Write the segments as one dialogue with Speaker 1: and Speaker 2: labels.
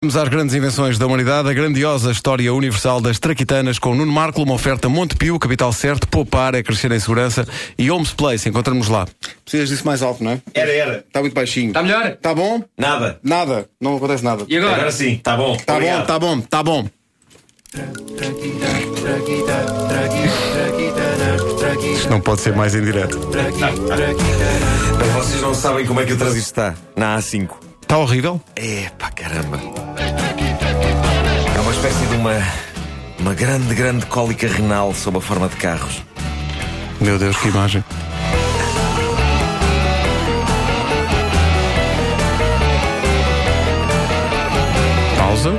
Speaker 1: Vamos às grandes invenções da humanidade, a grandiosa história universal das traquitanas com Nuno Marco, uma oferta Montepio, capital certo, poupar é crescer em segurança e Homes Place, encontramos lá.
Speaker 2: Precisas disso mais alto, não é?
Speaker 3: Era, era.
Speaker 2: Está muito baixinho.
Speaker 3: Está Tá melhor?
Speaker 2: Está bom?
Speaker 3: Nada.
Speaker 2: Nada. Não acontece nada.
Speaker 3: E agora? Agora sim, está bom.
Speaker 2: Está
Speaker 3: tá
Speaker 2: bom, está bom, está bom.
Speaker 1: Isto não pode ser mais em direto.
Speaker 3: Vocês não sabem como é que o trânsito está na A5.
Speaker 1: Está Tá horrível?
Speaker 3: É, pá, caramba. É uma espécie de uma. Uma grande, grande cólica renal sob a forma de carros.
Speaker 1: Meu Deus, que imagem. Pausa.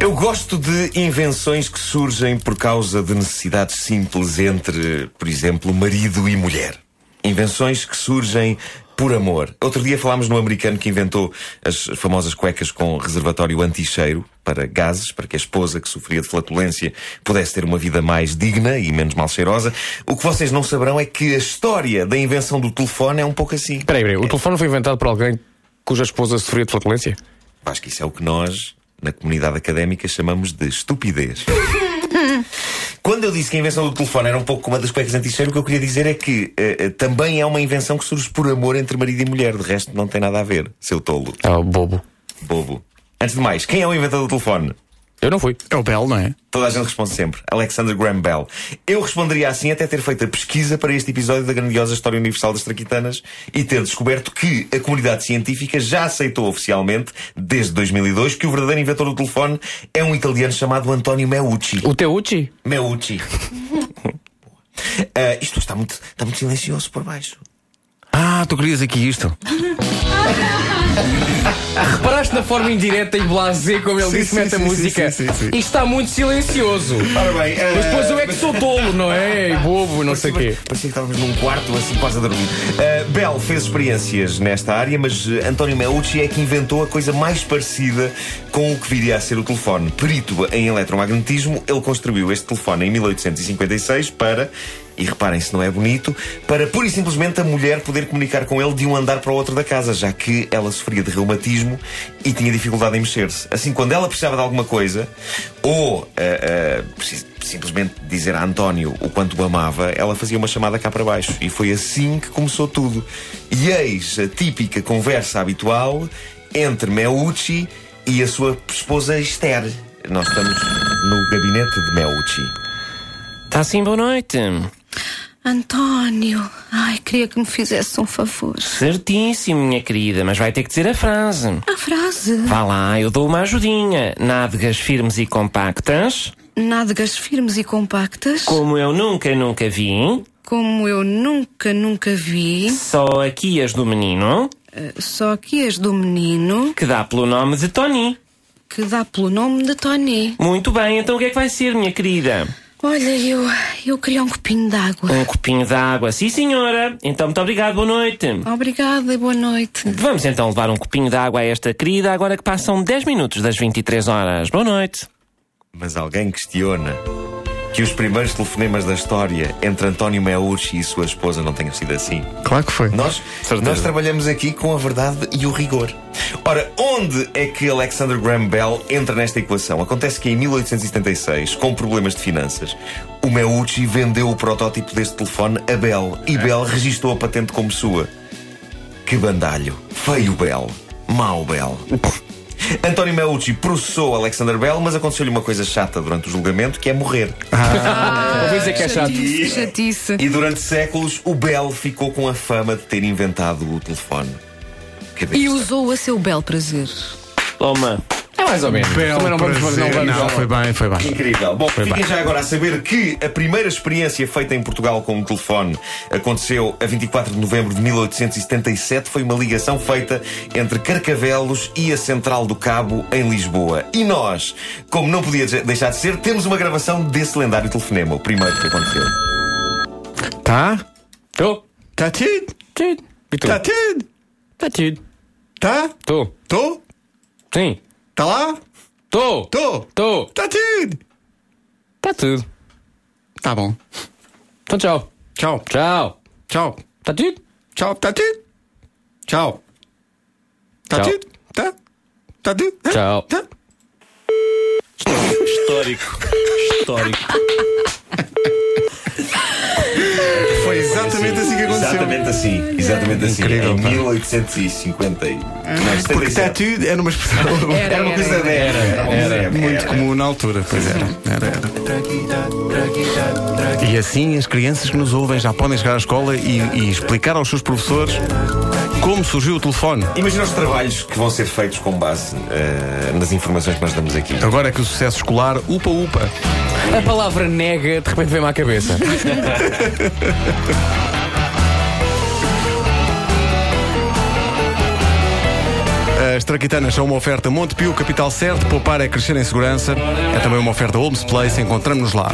Speaker 3: Eu gosto de invenções que surgem por causa de necessidades simples entre, por exemplo, marido e mulher. Invenções que surgem por amor. Outro dia falámos no americano que inventou as famosas cuecas com reservatório anti-cheiro para gases, para que a esposa que sofria de flatulência pudesse ter uma vida mais digna e menos mal cheirosa. O que vocês não saberão é que a história da invenção do telefone é um pouco assim.
Speaker 4: Peraí, peraí, o telefone foi inventado por alguém cuja esposa sofria de flatulência?
Speaker 3: Acho que isso é o que nós, na comunidade académica, chamamos de estupidez. Quando eu disse que a invenção do telefone era um pouco como a das cuecas anti-cheiro, o que eu queria dizer é que eh, eh, também é uma invenção que surge por amor entre marido e mulher. De resto, não tem nada a ver, seu tolo,
Speaker 4: Ah, o bobo.
Speaker 3: bobo. Antes de mais, quem é o inventor do telefone?
Speaker 4: Eu não fui.
Speaker 1: É o Belo, não é?
Speaker 3: Toda a gente responde sempre. Alexander Graham Bell. Eu responderia assim até ter feito a pesquisa para este episódio da grandiosa História Universal das Traquitanas e ter descoberto que a comunidade científica já aceitou oficialmente, desde 2002, que o verdadeiro inventor do telefone é um italiano chamado António Meucci.
Speaker 4: O Teuchi?
Speaker 3: Meucci. Ah, isto está muito, está muito silencioso por baixo.
Speaker 1: Ah, tu querias aqui isto.
Speaker 4: Reparaste na forma indireta e blasé como ele
Speaker 1: Sim,
Speaker 4: disse,
Speaker 1: sim,
Speaker 4: mete a
Speaker 1: sim,
Speaker 4: música.
Speaker 1: sim, sim, sim, sim.
Speaker 4: E está muito silencioso.
Speaker 3: Ora bem, ah,
Speaker 4: Mas depois eu é que sou tolo, não é? E bobo, não sei o quê.
Speaker 3: Parecia que estávamos num quarto assim quase a dormir. Ah, Bell fez experiências nesta área, mas ah, António Meucci é que inventou a coisa mais parecida com o que viria a ser o telefone. Perito em eletromagnetismo, ele construiu este telefone em 1856 para. E reparem se não é bonito, para pura e simplesmente a mulher poder comunicar com ele de um andar para o outro da casa, já que ela sofria de reumatismo e tinha dificuldade em mexer-se. Assim, quando ela precisava de alguma coisa, ou ah, ah, precis- simplesmente dizer a António o quanto o amava, ela fazia uma chamada cá para baixo. E foi assim que começou tudo. E eis a típica conversa habitual entre Meucci e a sua esposa Esther. Nós estamos no gabinete de Meucci.
Speaker 4: Está assim, boa noite.
Speaker 5: António, ai, queria que me fizesse um favor.
Speaker 4: Certíssimo, minha querida, mas vai ter que dizer a frase.
Speaker 5: A frase:
Speaker 4: Vá lá, eu dou uma ajudinha. Nádegas firmes e compactas,
Speaker 5: nádegas firmes e compactas,
Speaker 4: como eu nunca, nunca vi.
Speaker 5: como eu nunca, nunca vi,
Speaker 4: Só aqui as do menino,
Speaker 5: eh, só que as do menino
Speaker 4: que dá pelo nome de Tony.
Speaker 5: que dá pelo nome de Tony.
Speaker 4: Muito bem, então o que é que vai ser, minha querida?
Speaker 5: Olha, eu, eu queria um copinho de água.
Speaker 4: Um copinho de água, sim senhora. Então muito obrigado, boa noite.
Speaker 3: É.
Speaker 5: Obrigada e boa noite.
Speaker 4: Vamos então levar um copinho de água a esta querida agora que passam 10 minutos das 23 horas. Boa noite.
Speaker 3: Mas alguém questiona que os primeiros telefonemas da história entre António Meucci e sua esposa não tenham sido assim.
Speaker 1: Claro que foi.
Speaker 3: Nós, nós trabalhamos aqui com a verdade e o rigor. Ora, onde é que Alexander Graham Bell entra nesta equação? Acontece que em 1876, com problemas de finanças, o Meucci vendeu o protótipo deste telefone a Bell e Bell registou a patente como sua. Que bandalho! Feio Bell! Mau Bell! António Meucci processou Alexander Bell, mas aconteceu-lhe uma coisa chata durante o julgamento, que é morrer.
Speaker 4: Vou dizer que é chato.
Speaker 5: Chatice, chatice.
Speaker 3: E durante séculos, o Bell ficou com a fama de ter inventado o telefone. Que
Speaker 5: E
Speaker 3: besta.
Speaker 5: usou a seu belo prazer.
Speaker 4: Toma. É mais ou menos.
Speaker 1: Belo
Speaker 4: Também não vamos,
Speaker 1: prazer.
Speaker 4: não vamos.
Speaker 1: Não, foi bem, foi bem.
Speaker 3: Incrível. Bom, fiquem já agora a saber que a primeira experiência feita em Portugal com um telefone aconteceu a 24 de novembro de 1877. Foi uma ligação feita entre Carcavelos e a Central do Cabo, em Lisboa. E nós, como não podia de- deixar de ser, temos uma gravação desse lendário telefonema, o primeiro que aconteceu.
Speaker 1: Tá?
Speaker 4: Tô.
Speaker 1: Tá tido?
Speaker 4: Tido. E tu?
Speaker 1: Tá tido?
Speaker 4: Tá tido.
Speaker 1: Tá?
Speaker 4: Tô.
Speaker 1: Tô?
Speaker 4: Sim.
Speaker 1: Tá lá?
Speaker 4: Tô.
Speaker 1: Tô?
Speaker 4: Tô.
Speaker 1: Tá tido?
Speaker 4: Tá tudo.
Speaker 2: Tá bom.
Speaker 4: Então tchau.
Speaker 2: Tchau.
Speaker 4: Tchau.
Speaker 2: Tchau.
Speaker 4: Tá tudo?
Speaker 2: Tchau. Tá tudo? Tchau. Tá
Speaker 4: Tchau.
Speaker 2: tudo? Tá? Tá tudo? Hã?
Speaker 4: Tchau.
Speaker 2: Tá?
Speaker 4: Histórico. Histórico.
Speaker 2: Foi exatamente assim que aconteceu.
Speaker 3: Exatamente assim, exatamente assim.
Speaker 1: Incrível,
Speaker 3: em
Speaker 1: pá.
Speaker 3: 1850. e- Não,
Speaker 1: Porque
Speaker 2: tá
Speaker 3: 77.
Speaker 1: tatu
Speaker 2: é
Speaker 1: era uma expressão
Speaker 5: Era,
Speaker 3: Era uma
Speaker 5: era,
Speaker 3: coisa
Speaker 5: era.
Speaker 3: da era. Era uma coisa da época,
Speaker 1: muito
Speaker 3: era.
Speaker 1: comum na altura. Pois era, era, era. E assim as crianças que nos ouvem já podem chegar à escola e, e explicar aos seus professores como surgiu o telefone.
Speaker 3: Imagina os trabalhos que vão ser feitos com base eh, nas informações que nós damos aqui.
Speaker 1: Agora é que o sucesso escolar, upa upa.
Speaker 6: A palavra nega de repente vem-me à cabeça.
Speaker 1: As traquitanas são uma oferta Montepio, capital certo, poupar é crescer em segurança. É também uma oferta Holmes Place, encontramos-nos lá.